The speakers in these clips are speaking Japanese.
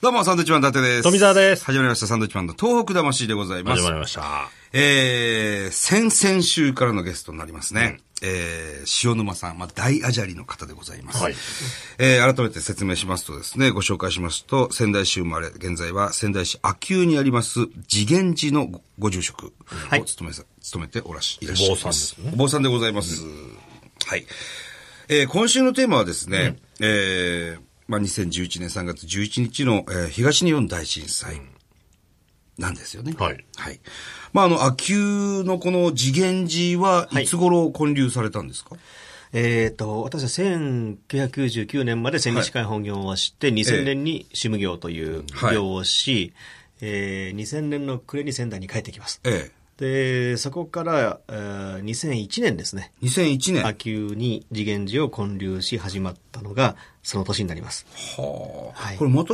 どうも、サンドウィッチマン伊達です。富澤です始まりました、サンドウィッチマンの東北魂でございます。始まりました。えー、先々週からのゲストになりますね。えー、塩沼さん、まあ、大アジャリの方でございます。はいえー、改めて説明しますとですね、ご紹介しますと、仙台市生まれ、現在は仙台市秋急にあります、次元寺のごご住職を務めさ、務めておらし、いらっしゃいます。お坊さんですねお坊さんでございます。はい。えー今週のテーマはですね、えーまあ、2011年3月11日の、えー東日本大震災なんですよね。はいはい。まあ、あの、秋球のこの次元寺ははいいつ頃建立されたんですか、えっ、と、私は1999年まで千日会本業をして、2000年にシム業というはい業をし、えー2000年の暮れに仙台に帰ってきます。えで、そこから、えー2001年ですね。え。2001年。は秋球に次元寺を建立し始まったのが、その年になります。あ、はいこれまた、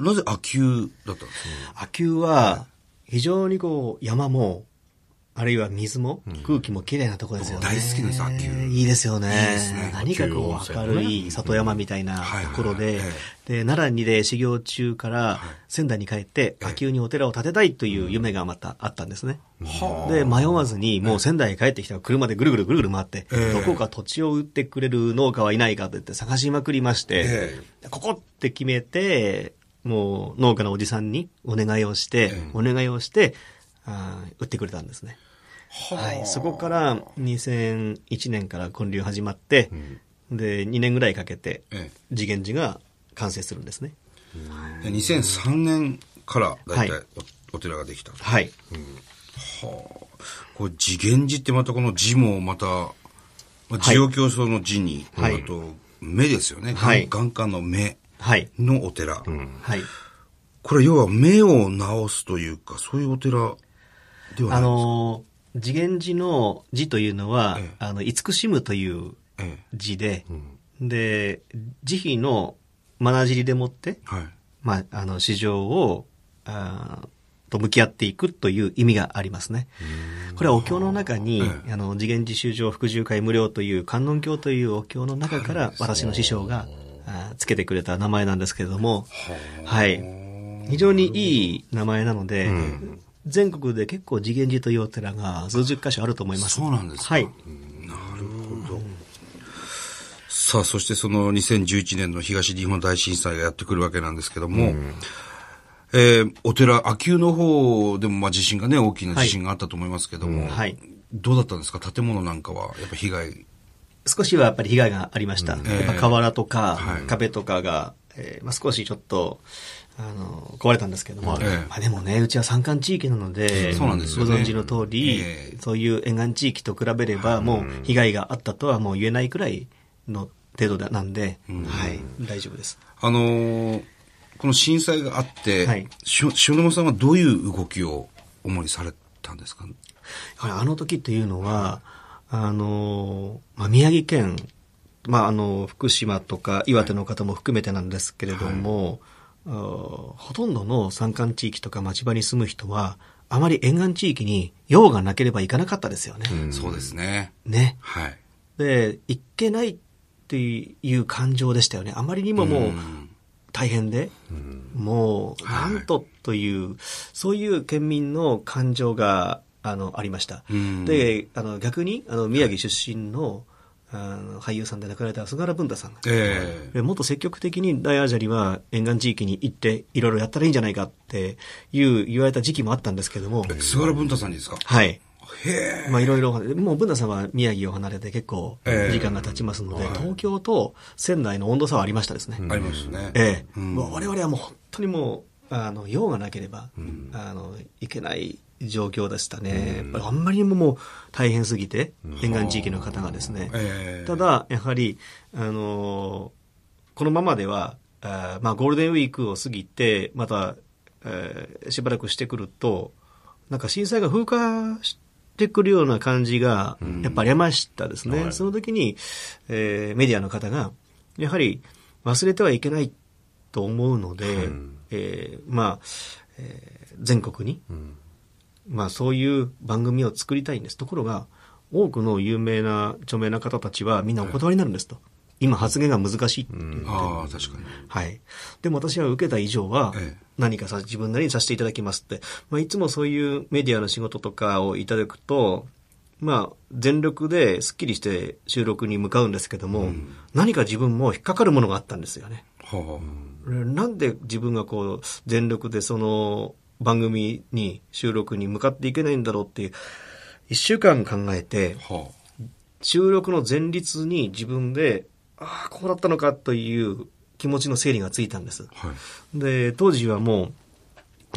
なぜ秋球だったんですか、秋球は、非常にこう、山も、あるいは水も、空気も綺麗なとこですよね。僕大好きなんです秋保いいですよね。いいですね何かこ秋う、保温明泉るい里山みたいなとはいはいころではい、で、奈良にで修行中から、仙台に帰って、ええ秋球にお寺を建てたいという夢がまたあったんですね。はあで、迷わずに、もう仙台に帰ってきたら車でぐるぐるぐるぐる回って、ええどこか土地を売ってくれる農家はいないかと言って探しまくりまして、えここって決めて、もう農家のおじさんにお願いをして、お願いをして、あー売ってくれたんですね。はい。そこから2001年から建立始まって、で、2年ぐらいかけてええ、次元寺が完成するんですね。で2003年からだいたはいいおお寺ができたと。はい。これ次元寺ってまたこの字もまた、まあ、はい字を競争の字に、はいあと、目ですよね。はい眼眼科の目はい。のお寺。はい。これ要は目を治すというか、そういうお寺ではないあのー、次元寺の字というのは、ええあの、慈しむというえ字で、で、慈悲のまなじりでもって、え。はい。まあ、あの、市場を、あーと向き合っていくという意味がありますね。これはお経の中えに、えあの、次元寺修正復習会無料という観音経というお経の中から、私の師匠が、あーつけてくれた名前なんですけれども、はい。非常にいい名前なので、全国で結構次元寺というお寺が数十箇所あると思います。そうなんですかはい。さあ、そしてその2011年の東日本大震災がやってくるわけなんですけども、えーお寺、秋保の方でもまあ地震がね、大きな地震があったと思いますけども、はい。どうだったんですか建物なんかは、やっぱ被害。少しはやっぱり被害がありました。ええやっぱ瓦とかはい壁とかが、えーまあ、少しちょっと、あの、壊れたんですけども、ええまあ、でもね、うちは山間地域なので、そうなんですよねご存知の通り、ええそういう沿岸地域と比べれば、もう被害があったとはもう言えないくらいの程度だなんで、はい、大丈夫です。あのーこの震災があって、はいし塩沼さんはどういう動きを主にされたんですかやはりあの時というのは、あの、まあ、宮城県、まあ、あの、福島とか岩手の方も含めてなんですけれども、あーほとんどの山間地域とか町場に住む人は、あまり沿岸地域に用がなければ行かなかったですよね。そうですね。ね。はい。で、行けないっていう感情でしたよね。あまりにももう大変で、もう、はないんとという、そういう県民の感情が、あの、ありましたうん。で、あの、逆に、あの、宮城出身の、あの俳優さんで亡くなられた菅原文太さんが、ええでもっと積極的に大アジャリは沿岸地域に行って、いろいろやったらいいんじゃないかっていう、言われた時期もあったんですけども、菅原文太さんにですかはい。へえ。まあいろいろ、もう文太さんは宮城を離れて結構ええ時間が経ちますので、東京と仙台の温度差はありましたですね。ありますね。ええ。うんもう我々はもう本当にもう、あの、用がなければ、あの、いけない状況でしたね。やっぱりあんまりにももう大変すぎて、沿岸地域の方がですね。ええただ、やはり、あのーこのままでは、あーまあ、ゴールデンウィークを過ぎて、また、えーしばらくしてくると、なんか震災が風化してくるような感じが、やっぱありましたですね。その時に、えーメディアの方が、やはり忘れてはいけないと思うので、えーまあ、えー全国に、まあそういう番組を作りたいんです。ところが、多くの有名な著名な方たちはみんなお断りになるんですと。今発言が難しいっていうああ、確かに。はい。でも私は受けた以上はええ、何かさ、自分なりにさせていただきますって。まあ、いつもそういうメディアの仕事とかをいただくと、まあ、全力でスッキリして収録に向かうんですけども、何か自分も引っかかるものがあったんですよね。はなんで自分がこう、全力でその番組に、収録に向かっていけないんだろうっていう、一週間考えて、あ。は収録の前日に自分で、ああ、こうだったのかという気持ちの整理がついたんです。あ。はで、当時はもう、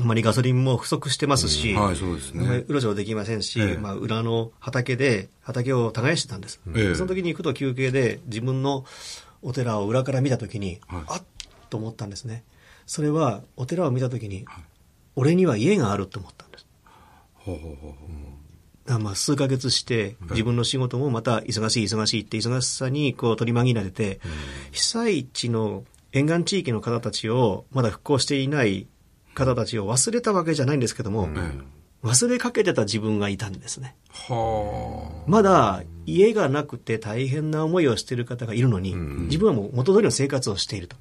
あんまりガソリンも不足してますし、い。はい、そうですあんまりね。うろちょろできませんし、ええまあ、裏の畑で、畑を耕してたんです。ええその時に行くと休憩で、自分のお寺を裏から見た時に、はいあっと思ったんですね。それは、お寺を見た時に、俺には家があると思ったんです。ほうほうほうほあまあ、数ヶ月して、自分の仕事もまた忙しい忙しいって忙しさにこう取り紛られて、被災地の沿岸地域の方たちを、まだ復興していない方たちを忘れたわけじゃないんですけども、う。え忘れかけてた自分がいたんですね。え。はまだ家がなくて大変な思いをしている方がいるのに、自分はもう元通りの生活をしていると。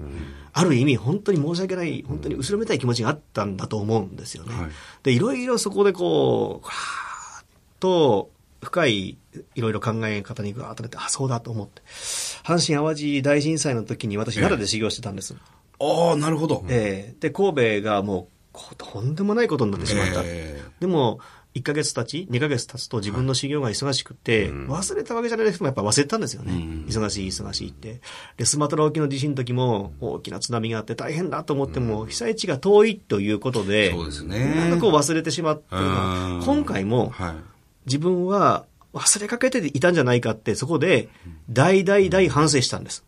ある意味、本当に申し訳ない、本当に後ろめたい気持ちがあったんだと思うんですよね。はいで、いろいろそこでこう、わーっと深いいろいろ考え方にぐわーっとなって、あ、そうだと思って。阪神淡路大震災の時に私、奈良で修行してたんです。あ。ああ、なるほど。ええで、神戸がもうこう、とんでもないことになってしまった。ええでも、1ヶ月経ち、2ヶ月経つと自分の修行が忙しくて、忘れたわけじゃないですけど、やっぱ忘れたんですよね。忙しい、忙しいって。で、スマトラ沖の地震の時も、大きな津波があって大変だと思っても、被災地が遠いということで、そうですねなんかこう忘れてしまったのうんが、今回も、はい。自分は忘れかけていたんじゃないかって、そこで、大大大反省したんです。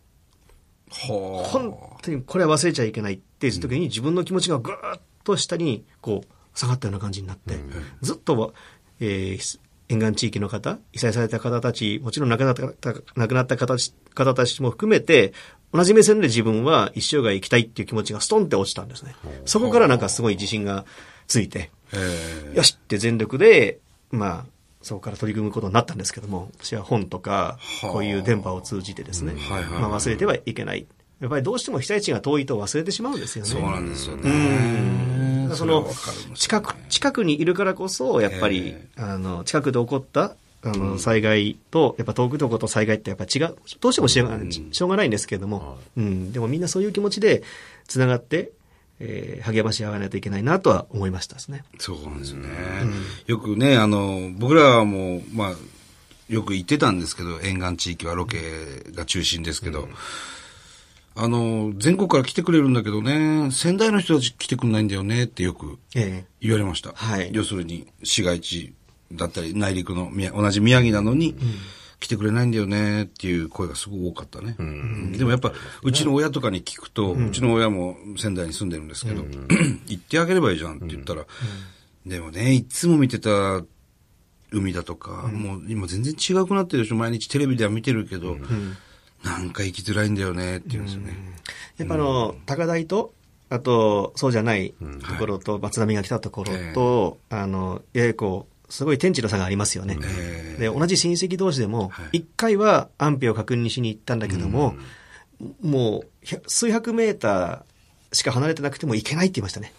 はあ。本当にこれは忘れちゃいけないっていう時に自分の気持ちがぐーっと下にこう下がったような感じになって、ずっと、えーひ沿岸地域の方、被災された方たち、もちろん亡くなった方亡くなった方たち方たちも含めて、同じ目線で自分は一生涯生きたいっていう気持ちがストンって落ちたんですね。そこからなんかすごい自信がついて、ええ。よしって全力で、まあ、そこから取り組むことになったんですけども、私は本とか、はあこういう電波を通じてですね、はいはいまあ、忘れてはいけない。やっぱりどうしても被災地が遠いと忘れてしまうんですよね。そうなんですよだねか。らそれはのわかるんです近く、近くにいるからこそ、やっぱり、えあの、近くで起こった、あの、災害と、やっぱ遠くで起こった災害ってやっぱ違う、どうしてもしょうがない、しょうがないんですけれども、うん、でもみんなそういう気持ちで、つながって、えー励まし合わないといけないなとは思いましたですね。そうなんですよね。よくね、あの、僕らも、まあ、よく行ってたんですけど、沿岸地域はロケが中心ですけど、あの、全国から来てくれるんだけどね、仙台の人たち来てくんないんだよねってよくええ言われました。はい要するに、市街地だったり、内陸の、宮同じ宮城なのに、来てくれないんだよねっていう声がすごく多かったね。でもやっぱ、うちの親とかに聞くと、うちの親も仙台に住んでるんですけど、 行ってあげればいいじゃんって言ったら、でもね、いつも見てた海だとか、もう今全然違くなってるでしょ、毎日テレビでは見てるけど、なんか行きづらいんだよねって言うんですよね。やっぱあの、高台と、あと、そうじゃないところと、津波が来たところと、あの、ややこう、すごい天地の差がありますよね。えーで、同じ親戚同士でもはい、一回は安否を確認しに行ったんだけども、もう、ひゃ数百メーターしか離れてなくても行けないって言いましたね。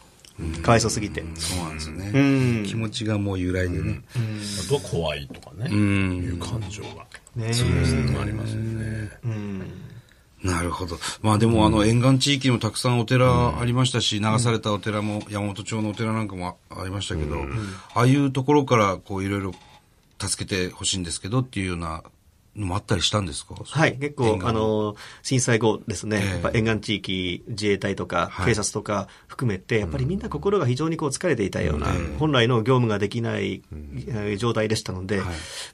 かわいそうすぎて。そうなんですよね、うん気持ちがもう揺らいでね。あとは怖いとかね、んいう感情が、ねそうですね、ありますよね。うんなるほど。まあでも、あの、沿岸地域にもたくさんお寺ありましたし、流されたお寺も、山本町のお寺なんかもあありましたけど、ああいうところから、こう、いろいろ助けてほしいんですけどっていうようなのもあったりしたんですかはい、結構、あ、の、震災後ですね、ええやっぱ沿岸地域、自衛隊とかはい警察とか含めて、やっぱりみんな心が非常にこう疲れていたような、本来の業務ができないえー状態でしたので、はい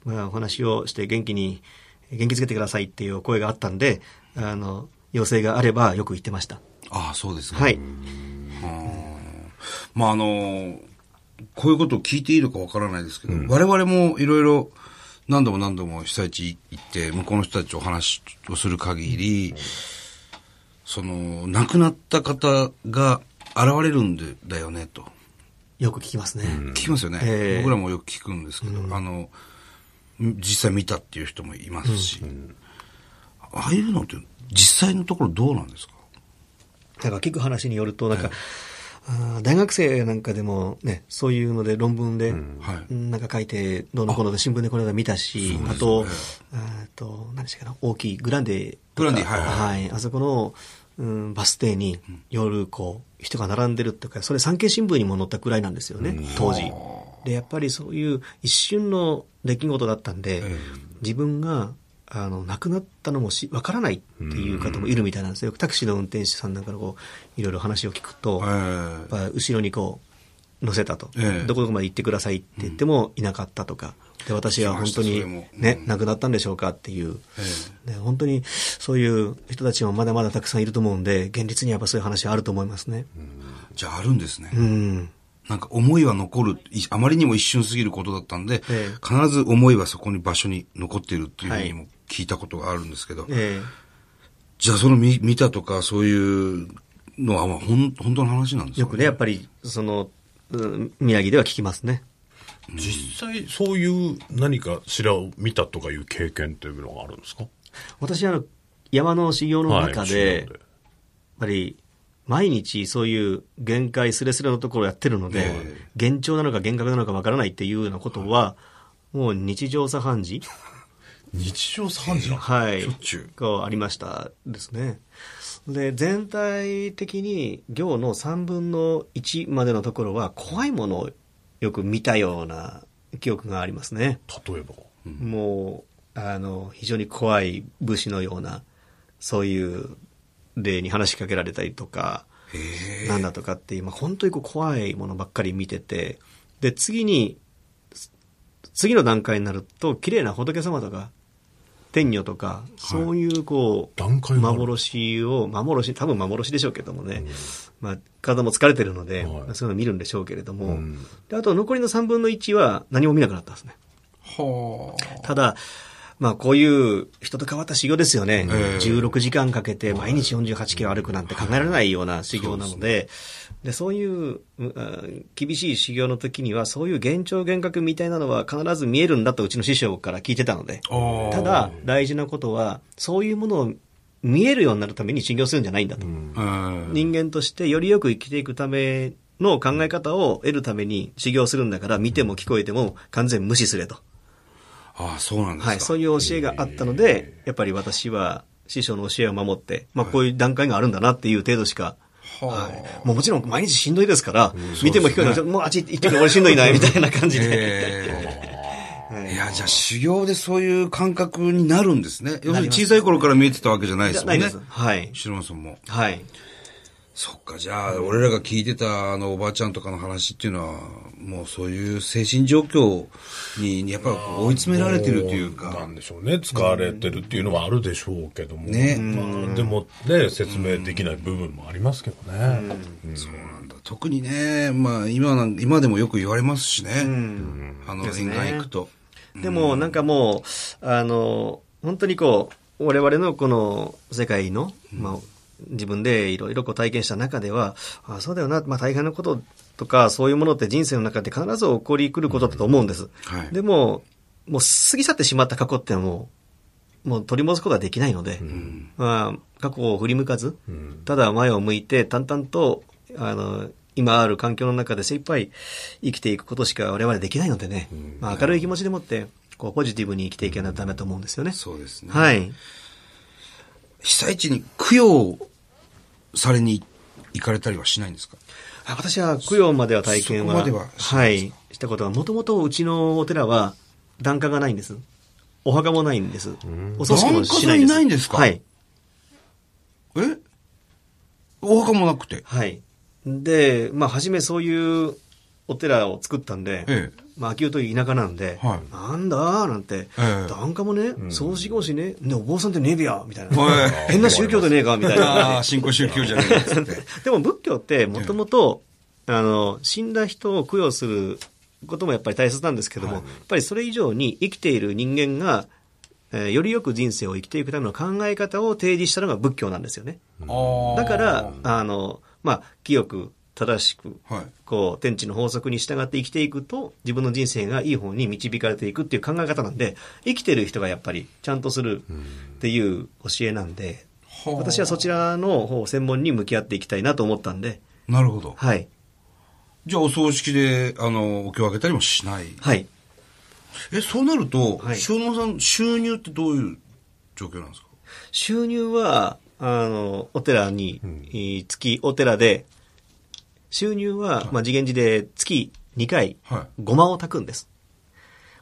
まあ、お話をして元気に、元気づけてくださいっていうお声があったんで、あの、要請があればよく言ってました。ああ、そうですか。はい。まああの、こういうことを聞いていいのかわからないですけど、我々もいろいろ何度も何度も被災地行って、向こうの人たちとお話をする限り、その、亡くなった方が現れるんでだよね、と。よく聞きますね。聞きますよね、ええ僕らもよく聞くんですけど、あの、実際見たっていう人もいますし、ああいうのって実際のところどうなんですかなんか聞く話によると、なんか、あー大学生なんかでもね、そういうので論文で、はいなんか書いて、どうのこうので新聞でこの間見たし、あと、あーと、何でしたかな、大きいグランデとかグランデはいはいあそこの、うん、バス停に夜こう、人が並んでるっていうか、それ産経新聞にも載ったくらいなんですよね、当時。で、やっぱりそういう一瞬の出来事だったんで、え自分が、あの、亡くなったのもし、わからないっていう方もいるみたいなんですよ。タクシーの運転手さんなんかのこう、いろいろ話を聞くと、ええやっぱ後ろにこう乗せたと、ええどこどこまで行ってくださいって言ってもいなかったとか、で私は本当聞にきましたそれもね、うん亡くなったんでしょうかっていう、えね本当にそういう人たちもまだまだたくさんいると思うんで、現実にはやっぱそういう話はあると思いますね。じゃああるんですね。うん、なんか思いは残る、いあまりにも一瞬すぎることだったんで、ええ必ず思いはそこに場所に残っているっていうふうはにいも聞いたことがあるんですけど、えじゃあその見見たとかそういうのはまあほん本当の話なんでえすよよくね、やっぱりその、うん宮城では聞きますね。実際、そういう何かしらを見たとかいう経験っていうのがあるんですか私あの山の修行の中はいで、やっぱり毎日そういう限界すれすれのところをやってるので、幻聴なのか幻覚なのかわからないっていうようなことは、もう日常茶飯事、日常3時なのは い、しょっちゅうがありましたですね。で、全体的に行の3分の1までのところは怖いものをよく見たような記憶がありますね。例えば。もう、あの、非常に怖い武士のような、そういう例に話しかけられたりとか、なんだとかっていう、まあ、本当にこう怖いものばっかり見てて、で、次に、つ次の段階になると、綺麗な仏様とか、天女とか、そういうこう、段階がある幻を、幻、多分幻でしょうけどもね、まあ、体も疲れてるので、はいそういうの見るんでしょうけれども、んであと残りの3分の1は何も見なくなったんですね。はあ。ただ、まあこういう人と変わった修行ですよね。ええ16時間かけて毎日48キロ歩くなんて考えられないような修行なので、で、そういう、うあ厳しい修行の時には、そういう幻聴幻覚みたいなのは必ず見えるんだとうちの師匠から聞いてたので、ああただ大事なことは、そういうものを見えるようになるために修行するんじゃないんだと。ええ人間としてよりよく生きていくための考え方を得るために修行するんだから、見ても聞こえても完全無視すれと。ああ、そうなんですか。はい、そういう教えがあったので、やっぱり私は師匠の教えを守って、まあこういう段階があるんだなっていう程度しか、はあはい、もうもちろん毎日しんどいですから、見ても聞こえない、もうあっち行ってくる俺しんどいな、みたいな感じで。ええはいいや、じゃあ修行でそういう感覚になるんですね。要すなるりにます小さい頃から見えてたわけじゃないでじゃすもあ なんいねで。す。はい。白間さんも。はい。そっか、じゃあ、俺らが聞いてたあのおばあちゃんとかの話っていうのは、もうそういう精神状況に、やっぱり追い詰められてるというもなかん、でしょうね。疲れてるっていうのはあるでしょうけども。ねまあでもね、説明できない部分もありますけどね。そうなんだ。特にね、まあ今なん、今でもよく言われますしね。んあの、です沿ね岸行くと。でもなんかもう、あの、本当にこう、我々のこの世界の、まあ、自分でいろいろこう体験した中では、あそうだよな、まあ大変なこととか、そういうものって人生の中で必ず起こりくることだと思うんです。はいでも、もう過ぎ去ってしまった過去ってもう、もう取り戻すことはできないので、まあ、過去を振り向かず、ただ前を向いて淡々と、あの、今ある環境の中で精一杯生きていくことしか我々できないのでね、まあ、明るい気持ちでもって、こう、ポジティブに生きていけないとダメだと思うんですよね。そうですね。はい。被災地に供養されに行かれたりはしないんですかあ私は供養までは体験は、そこまではしなはいい、したことは、もともとうちのお寺は、檀家がないんです。お墓もないんです。お葬式もしない檀家さんです。んいないんですかはい。えお墓もなくて。はい。で、まあ、初めそういうお寺を作ったんで、ええまあ、秋代という田舎なんで、はいなんだーなんて、ええ檀家もね、葬式もしね、ね、お坊さんってねえべや、みたいなおい。変な宗教でねえか、みたいな。 ああ、新興宗教じゃないですって。でも仏教ってもともと、あの、死んだ人を供養することもやっぱり大切なんですけども、やっぱりそれ以上に生きている人間が、えーよりよく人生を生きていくための考え方を提示したのが仏 教なんですよね。だから、あの、まあ、清く、正しく、はいこう、天地の法則に従って生きていくと、自分の人生がいい方に導かれていくっていう考え方なんで、生きてる人がやっぱりちゃんとするっていう教えなんで、あ私はそちらの方を専門に向き合っていきたいなと思ったんで、なるほど。はい。じゃあ、お葬式で、あの、お経をあげたりもしない。はい。え、そうなると、はい塩野さん、収入ってどういう状況なんですか収入は、あの、お寺に、えー月、お寺で、収入は、まあ、次元寺で月2回、はごまを炊くんです。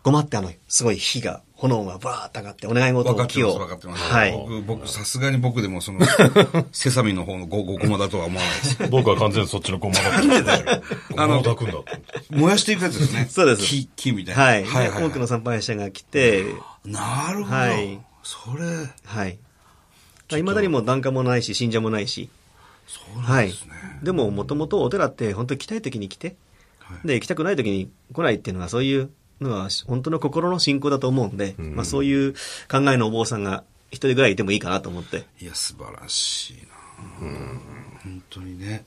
ごまってあの、すごい火が、炎がバーッと上がって、お願い事分かをって火ます、を。分かってます。はい。僕、僕、さすがに僕でも、その、 セサミの方のご、ごごまだとは思わない です。僕は完全にそっちのごまだくんだよ。 あごのまだくんだって。燃やしていくやつですね。そうです木、木みたいな。はい。はい、はい。多くの参拝者が来て、なるほど。はいそれ、はい。いまだにもう檀家もないし、信者もないし。そうなはんいですね。。でも、もともとお寺って、本当に来たい時に来て、はいで、来たくない時に来ないっていうのは、そういうのは、本当の心の信仰だと思うんで、まあ、そういう考えのお坊さんが一人ぐらいいてもいいかなと思って。いや、素晴らしいな、本当にね。